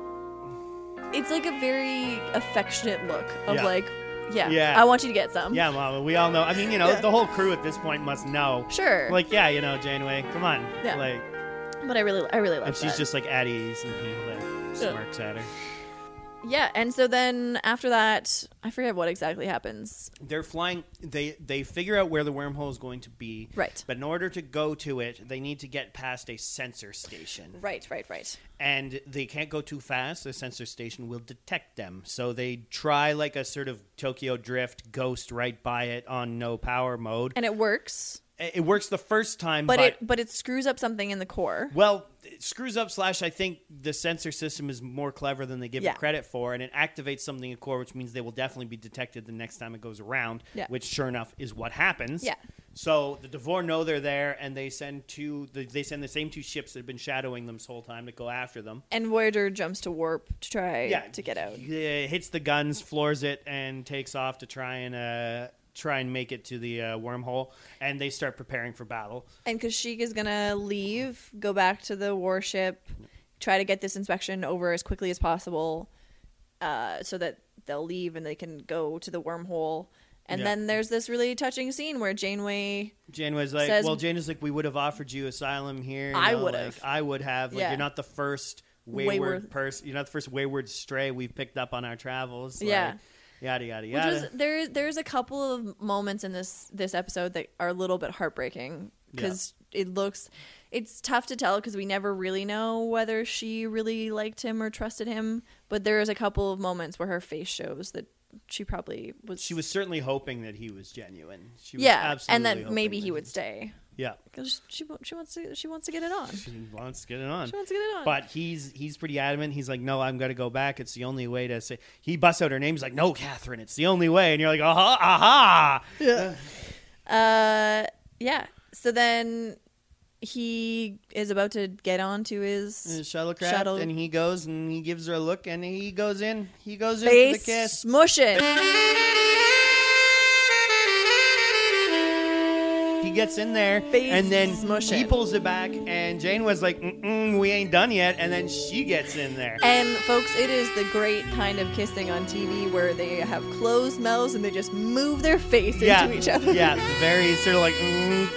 C: It's like a very affectionate look of
B: Yeah.
C: like, yeah,
B: Yeah.
C: I want you to get some.
B: yeah, Mama. We all know. I mean, you know,
C: Yeah.
B: the whole crew at this point must know.
C: sure.
B: Like, yeah, you know, Janeway, come on.
C: Yeah.
B: Like,
C: but I really, I really love.
B: and she's
C: that.
B: just like at ease, and he like
C: Yeah.
B: smirks at her.
C: yeah. And so then after that, I forget what exactly happens.
B: They're flying. They they figure out where the wormhole is going to be.
C: Right.
B: But in order to go to it, they need to get past a sensor station.
C: Right, right, right.
B: and they can't go too fast. The sensor station will detect them. So they try like a sort of Tokyo Drift ghost right by it on no power mode.
C: And it works,
B: It it works the first time,
C: but,
B: but,
C: it but it screws up something in the core.
B: well, it screws up. Slash, I think the sensor system is more clever than they give
C: Yeah.
B: it credit for, and it activates something in core, which means they will definitely be detected the next time it goes around.
C: Yeah.
B: Which, sure enough, is what happens.
C: Yeah.
B: So the Devore know they're there, and they send two. the- They send the same two ships that have been shadowing them this whole time to go after them.
C: And Voyager jumps to warp to try to get out.
B: Yeah, uh, hits the guns, floors it, and takes off to try and uh, try and make it to the uh, wormhole. And they start preparing for battle.
C: And Kashyyyk is gonna leave, go back to the warship, try to get this inspection over as quickly as possible, uh, so that they'll leave and they can go to the wormhole. And
B: Yeah.
C: then there's this really touching scene where Janeway
B: Janeway's like,
C: Says-
B: "Well, Janeway's like, we would have offered you asylum here. you
C: I
B: know,
C: would've.
B: like, I would have. Like,
C: Yeah.
B: you're not the first wayward,
C: Wayward.
B: person. You're not the first wayward stray we've picked up on our travels. Like,
C: Yeah.
B: yada yada
C: Which
B: yada.
C: was there. There's a couple of moments in this this episode that are a little bit heartbreaking because it looks, it's tough to tell because we never really know whether she really liked him or trusted him. But there is a couple of moments where her face shows that she probably was.
B: she was certainly hoping that he was genuine. She was
C: yeah,
B: absolutely
C: and that
B: hoping
C: maybe he
B: that-
C: would stay
B: Yeah,
C: because she wa- she wants to she wants to get it on. She
B: she wants to get it on.
C: wants to get it on.
B: But he's he's pretty adamant. He's like, no, I'm gonna go back. It's the only way to say. He busts out her name. He's like, no, Catherine, it's the only way. And you're like, uh-huh, aha, aha.
C: Uh, yeah. So then he is about to get onto his
B: shuttlecraft,
C: Shuttle-
B: and he goes and he gives her a look, and he goes in. He goes in for
C: face
B: the kiss.
C: smush it.
B: He gets in there,
C: Face
B: and then
C: smush
B: he
C: it.
B: pulls it back, and Jane was like, Mm-mm, "We ain't done yet," and then she gets in there.
C: And folks, it is the great kind of kissing on TV where they have closed mouths and they just move their face into each other.
B: yeah, very sort of like. Mm,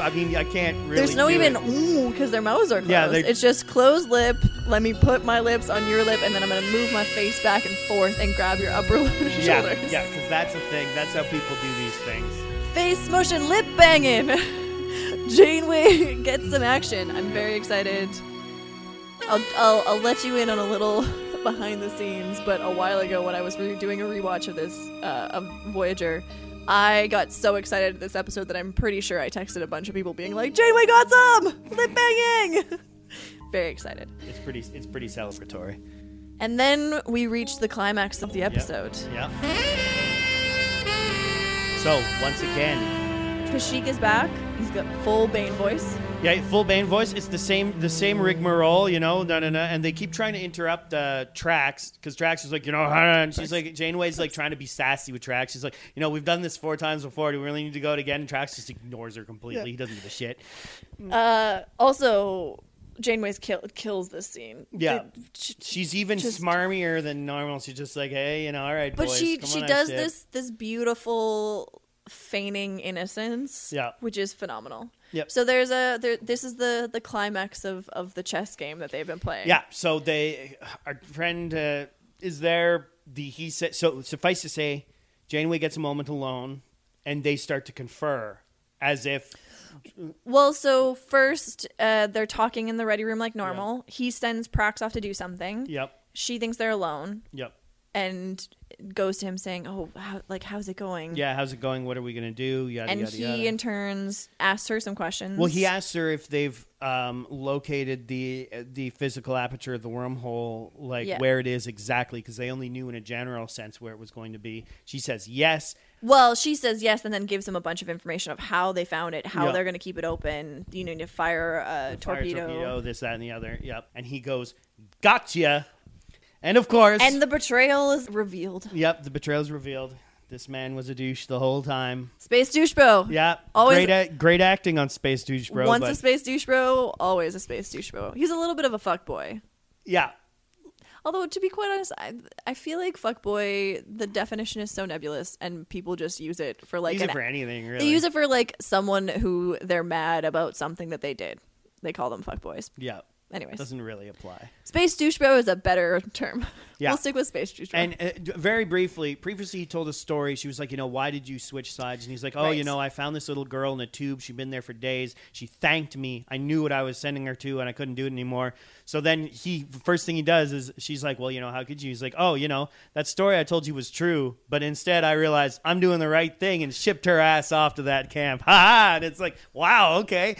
B: I mean, I can't really.
C: There's no
B: do
C: even
B: it.
C: ooh because their mouths are closed.
B: Yeah, they-
C: it's just closed lip. Let me put my lips on your lip, and then I'm gonna move my face back and forth and grab your upper lip and
B: Yeah,
C: shoulders.
B: yeah, because that's a thing. That's how people do these things.
C: Face motion, lip banging. Janeway gets some action. I'm very excited. I'll, I'll I'll let you in on a little behind the scenes, but a while ago when I was re- doing a rewatch of this uh, of Voyager. I got so excited at this episode that I'm pretty sure I texted a bunch of people being like, Janeway got some! Lip banging! Very excited.
B: It's pretty. It's pretty celebratory.
C: And then we reach the climax of the episode.
B: Yeah. So once again,
C: Kashyyyk is back. He's got full Bane voice.
B: yeah, full band voice. It's the same. The same rigmarole, you know. No, no, no. And they keep trying to interrupt uh, Trax because Trax is like, you know, and she's like, Janeway's like trying to be sassy with Trax. She's like, you know, we've done this four times before. Do we really need to go it again? And Trax just ignores her completely. He doesn't give a shit.
C: Uh, also, Janeway's kill- kills this scene.
B: Yeah.
C: The- sh-
B: She's even
C: Just-
B: smarmier than normal. She's just like, hey, you know, all right,
C: but
B: boys,
C: she
B: come
C: she
B: on, I
C: does
B: ship."
C: this this beautiful feigning innocence.
B: Yeah.
C: which is phenomenal.
B: Yep.
C: So there's a there. This is the the climax of of the chess game that they've been playing.
B: Yeah. So they, our friend uh, is there. The he said. So suffice to say, Janeway gets a moment alone, and they start to confer as if
C: Well, so first, uh, they're talking in the ready room like normal. He sends Prax off to do something.
B: Yep.
C: She thinks they're alone
B: Yep.
C: Mm. and goes to him saying, "Oh, how, like how's it going?"
B: Yeah. How's it going? What are we gonna do? Yada
C: And
B: yada
C: he
B: yada.
C: in turns asks her some questions.
B: well, he asks her if they've um, located the the physical aperture of the wormhole, like
C: Yeah.
B: where it is exactly, because they only knew in a general sense where it was going to be. She says yes.
C: Well, she says yes, and then gives him a bunch of information of how they found it, how
B: Yeah.
C: they're going to keep it open. You need to fire a
B: Fire
C: torpedo.
B: torpedo, this, that, and the other. Yep. And he goes, "Gotcha." And of course,
C: And the betrayal is revealed.
B: Yep, the betrayal's revealed. This man was a douche the whole time.
C: Space douche bro.
B: Yeah,
C: Always-
B: great, act- great acting on Space Douche Bro.
C: Once
B: but-
C: a space douche bro, always a space douche bro. He's a little bit of a fuck boy.
B: yeah,
C: Although to be quite honest, I, I feel like fuck boy. The definition is so nebulous, and people just use it for like
B: use
C: an,
B: it for anything. Really,
C: they use it for like someone who they're mad about something that they did. They call them fuck boys.
B: Yeah,
C: Anyways,
B: doesn't really apply.
C: space douche bro is a better term.
B: Yeah.
C: we'll stick with space douche bro.
B: And uh, d- very briefly, previously he told a story. She was like, you know, why did you switch sides? And he's like, oh,
C: Right.
B: you know, I found this little girl in a tube. She'd been there for days. She thanked me. I knew what I was sending her to, and I couldn't do it anymore. So then he, the first thing he does is she's like, well, you know, how could you? He's like, oh, you know, that story I told you was true, but instead I realized I'm doing the right thing and shipped her ass off to that camp. Ha ha! And it's like, wow, okay,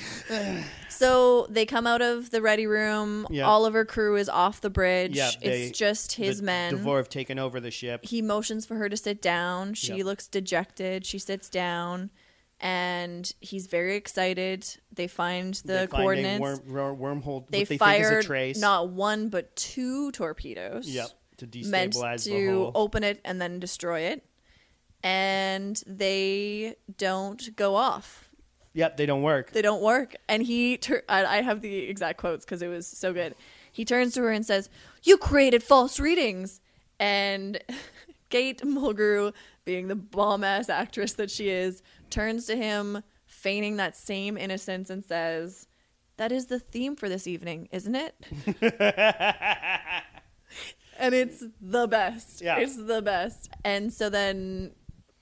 C: So they come out of the ready room.
B: Yeah.
C: All of her crew is off the bridge.
B: Yeah, they-
C: it's just his
B: the,
C: men.
B: Devor have taken over the ship.
C: He motions for her to sit down. She
B: Yep.
C: looks dejected. She sits down, and he's very excited. They find the
B: They find a
C: coordinates.
B: worm, wor- wormhole.
C: they
B: what they think
C: fired
B: is a trace.
C: not one but two torpedoes.
B: Yep. To destabilize
C: meant
B: the
C: to
B: whole.
C: open it and then destroy it, and they don't go off.
B: Yep, they don't work.
C: they don't work. And he, tur- I, I have the exact quotes because it was so good. He turns to her and says, "You created false readings." And Kate Mulgrew, being the bomb ass actress that she is, turns to him, feigning that same innocence, and says, "That is the theme for this evening, isn't it?" and it's the best.
B: Yeah.
C: It's the best. And so then.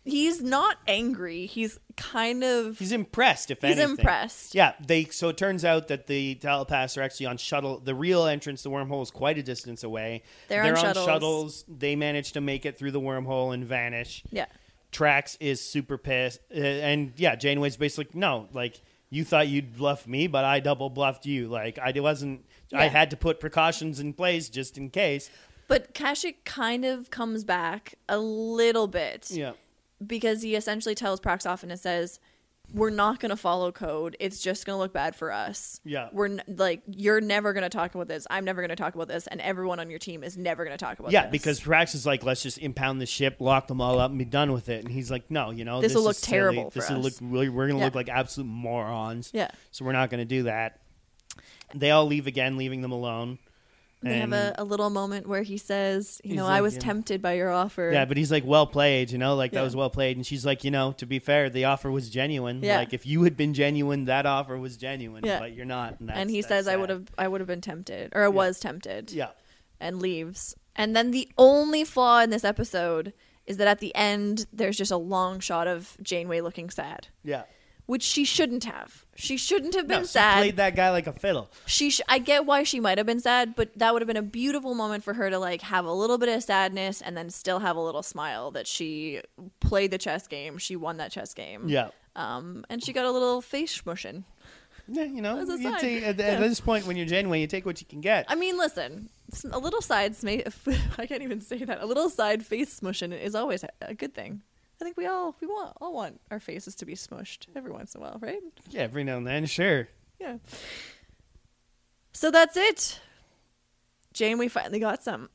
C: He's not angry. He's kind of
B: He's impressed, if
C: He's
B: anything.
C: impressed.
B: Yeah, they. So it turns out that the telepaths are actually on shuttle. The real entrance, the wormhole, is quite a distance away.
C: They're on shuttles.
B: They manage to make it through the wormhole and vanish.
C: yeah.
B: Trax is super pissed, uh, and yeah, Janeway's basically no, like you thought you'd bluff me, but I double bluffed you. Like I wasn't. I
C: Yeah.
B: had to put precautions in place just in case.
C: But Kashyyyk kind of comes back a little bit
B: Yeah.
C: because he essentially tells Prax off and it says, we're not going to follow code. It's just going to look bad for us.
B: Yeah.
C: We're n- like, you're never going to talk about this. I'm never going to talk about this. And everyone on your team is never going to talk about
B: yeah,
C: this.
B: because Thrax is like, let's just impound the ship, lock them all up, and be done with it. And he's like, no, you know,
C: This'll
B: is
C: look
B: silly.
C: terrible for
B: This will look
C: us."
B: really, we're gonna
C: Yeah.
B: look like absolute morons.
C: Yeah.
B: So we're not gonna do that. They all leave again, leaving them alone.
C: They have
B: And-
C: a, a little moment where he says, you
B: He's
C: know, I
B: like,
C: was
B: yeah.
C: tempted by your offer.
B: Yeah, but he's like, well played, you know, like that
C: Yeah.
B: was well played. And she's like, you know, to be fair, the offer was genuine.
C: Yeah.
B: Like if you had been genuine, that offer was genuine.
C: Yeah.
B: But you're not. And, that's,
C: and he
B: that's
C: says, I
B: sad."
C: would have, I would have been tempted or I was tempted.
B: Yeah.
C: and leaves. And then the only flaw in this episode is that at the end, there's just a long shot of Janeway looking sad,
B: Yeah.
C: which she shouldn't have. She shouldn't have
B: No,
C: been
B: she
C: sad.
B: played that guy like a fiddle.
C: she sh- I get why she might have been sad, but that would have been a beautiful moment for her to like have a little bit of sadness and then still have a little smile that she played the chess game. She won that chess game.
B: Yeah.
C: Um, and she got a little face schmushing.
B: Yeah, you know,
C: That's a
B: you
C: sign.
B: take, at,
C: Yeah.
B: at this point, when you're Janeway, you take what you can get.
C: I mean, listen, s- a little side sma- I can't even say that. A little side face smushing is always a- a good thing. I think we all we want all want our faces to be smushed every once in a while, right?
B: yeah, every now and then, sure.
C: Yeah. So that's it. Jane, we finally got some.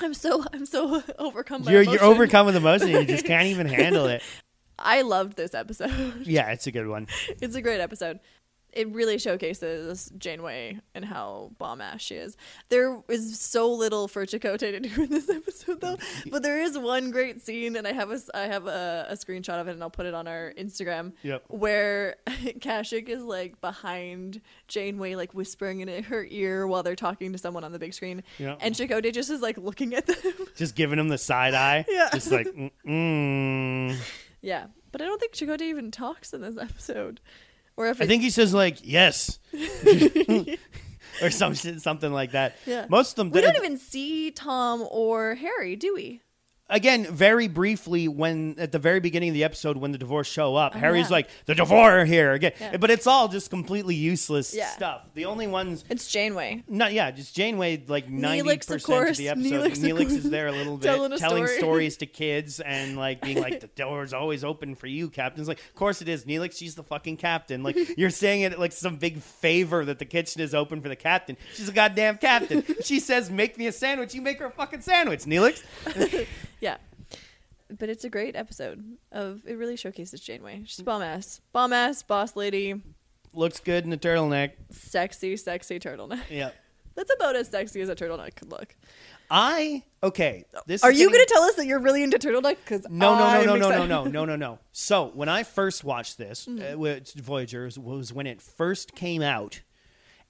C: I'm so I'm so overcome by
B: You're you're
C: emotion.
B: overcome with emotion. You just can't even handle it.
C: I loved this episode.
B: Yeah, it's a good one.
C: it's a great episode. It really showcases Janeway and how bomb ass she is. There is so little for Chakotay to do in this episode, though. But there is one great scene, and I have a s- I have a, a screenshot of it, and I'll put it on our Instagram.
B: Yep.
C: Where Kashik is like behind Janeway, like whispering in her ear while they're talking to someone on the big screen,
B: Yep.
C: and Chakotay just is like looking at them.
B: Just giving him the side eye.
C: Yeah.
B: Just like, mm, mm.
C: yeah, but I don't think Chakotay even talks in this episode. Or if
B: I
C: it,
B: think he says like yes, or some shit, something like that.
C: Yeah.
B: Most of them.
C: We
B: did-
C: don't even see Tom or Harry, do we?
B: again, very briefly, when at the very beginning of the episode, when the divorce show up, Harry's
C: Oh, yeah.
B: like the divorce here again,
C: Yeah.
B: but it's all just completely useless
C: Yeah.
B: stuff. The only ones.
C: It's Janeway.
B: Not yeah, just Janeway like ninety
C: Neelix,
B: percent
C: of
B: of,
C: course.
B: the episode.
C: Neelix,
B: Neelix,
C: of
B: is there a little bit
C: Telling
B: telling,
C: a story.
B: stories to kids and like being like the door's always open for you, Captain. It's like, of course it is, Neelix. She's the fucking captain. Like you're saying it like some big favor that the kitchen is open for the captain. She's a goddamn captain. she says, "Make me a sandwich." You make her a fucking sandwich, Neelix.
C: Yeah. But it's a great episode of it really showcases Janeway. She's bomb ass. Bomb ass, boss lady,
B: Looks good in a turtleneck.
C: sexy, sexy turtleneck.
B: Yeah.
C: That's about as sexy as a turtleneck could look.
B: I okay. This
C: Are
B: is
C: you
B: getting-
C: gonna tell us that you're really into turtleneck? Because
B: No, no, no, no, no, no, no, no, no, no. So when I first watched this,
C: Mm.
B: uh, which Voyager was- was when it first came out,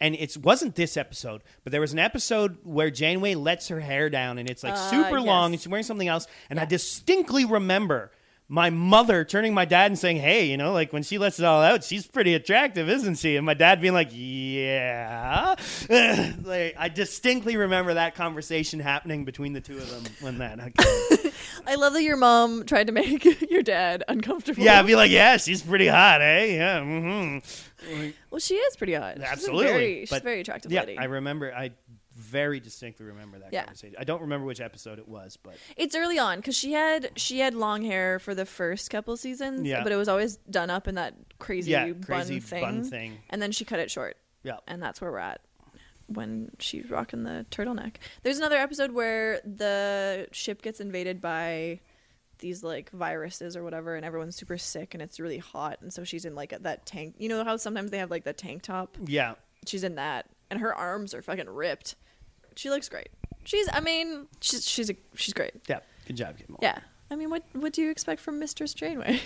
B: and it wasn't this episode, but there was an episode where Janeway lets her hair down, and it's like
C: Uh,
B: super long,
C: yes.
B: and she's wearing something else, and I distinctly remember. My mother turning to my dad and saying, "Hey, you know, like when she lets it all out, she's pretty attractive, isn't she?" And my dad being like, "Yeah." like I distinctly remember that conversation happening between the two of them when that.
C: I love that your mom tried to make your dad uncomfortable.
B: Yeah, I'd be like, yeah, she's pretty hot, eh? Yeah, mm-hmm.
C: well, she is pretty hot. She's a
B: absolutely.
C: very, she's a
B: But-
C: very attractive
B: yeah,
C: lady.
B: I remember. I very distinctly remember that
C: Yeah.
B: conversation. I don't remember which episode it was, but
C: It's early on because she had she had long hair for the first couple seasons,
B: Yeah.
C: but it was always done up in that crazy,
B: Yeah,
C: bun,
B: crazy
C: thing.
B: bun thing.
C: and then she cut it short,
B: yeah,
C: and that's where we're at when she's rocking the turtleneck. There's another episode where the ship gets invaded by these like viruses or whatever, and everyone's super sick, and it's really hot, and so she's in like that tank. You know how sometimes they have like the tank top
B: yeah.
C: she's in that and her arms are fucking ripped she looks great she's i mean she's she's a, she's great
B: Yeah, good job, Kim.
C: yeah i mean what what do you expect from mistress janeway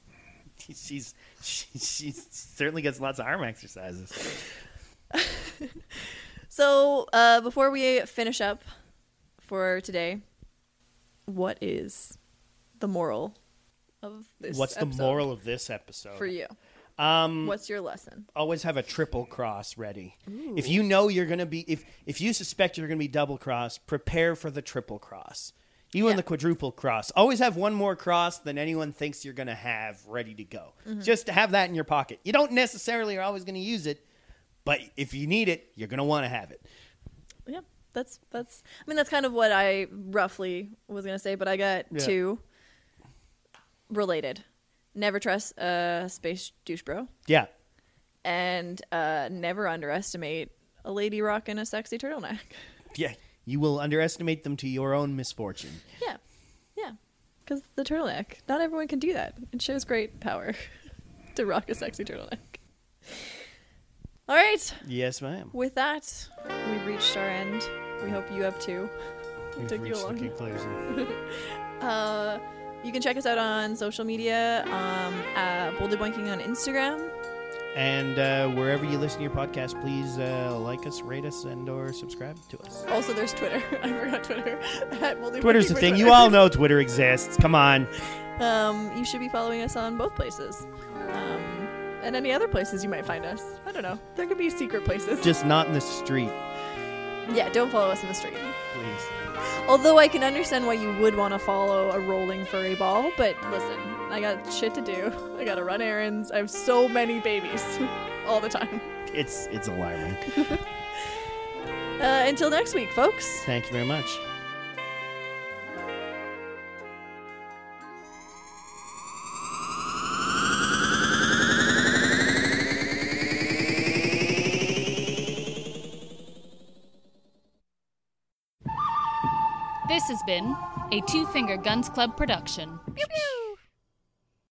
B: she's she, she certainly gets lots of arm exercises.
C: so uh before we finish up for today what is the moral of this
B: What's the
C: episode
B: moral of this episode?
C: for you
B: Um,
C: what's your lesson
B: always have a triple cross ready. If you know you're going to be if if you suspect you're going to be double cross, prepare for the triple cross. Even
C: Yeah.
B: the quadruple cross. Always have one more cross than anyone thinks you're going to have ready to go.
C: Mm-hmm.
B: Just have that in your pocket. You don't necessarily are always going to use it, but if you need it, you're going to want to have it.
C: yeah that's that's i mean that's kind of what i roughly was gonna say but i got
B: Yeah.
C: two related Never trust a space douche bro,
B: Yeah.
C: and uh, never underestimate a lady rocking a sexy turtleneck.
B: Yeah. You will underestimate them to your own misfortune.
C: yeah, yeah, because the turtleneck. Not everyone can do that. It shows great power to rock a sexy turtleneck. All right,
B: Yes, ma'am.
C: with that, we've reached our end. We hope you have too.
B: We've
C: Took you
B: reached the
C: long.
B: conclusion.
C: Uh, you can check us out on social media, um, at Bolded Boinking on Instagram.
B: And uh, wherever you listen to your podcast, please uh, like us, rate us, and or subscribe to us.
C: Also, there's Twitter. I forgot Twitter. at Bolded
B: Twitter's
C: Boinking
B: the
C: for
B: thing.
C: Twitter.
B: You all know Twitter exists. Come on.
C: Um, you should be following us on both places. Um, and any other places you might find us. I don't know. There could be secret places.
B: Just not in the street,
C: yeah, don't follow us in the street.
B: please.
C: Although I can understand why you would want to follow a rolling furry ball, but listen, I got shit to do. I gotta run errands. I have so many babies all the time.
B: It's it's alarming.
C: Uh, until next week, folks.
B: Thank you very much.
D: This has been a Two Finger Guns Club production.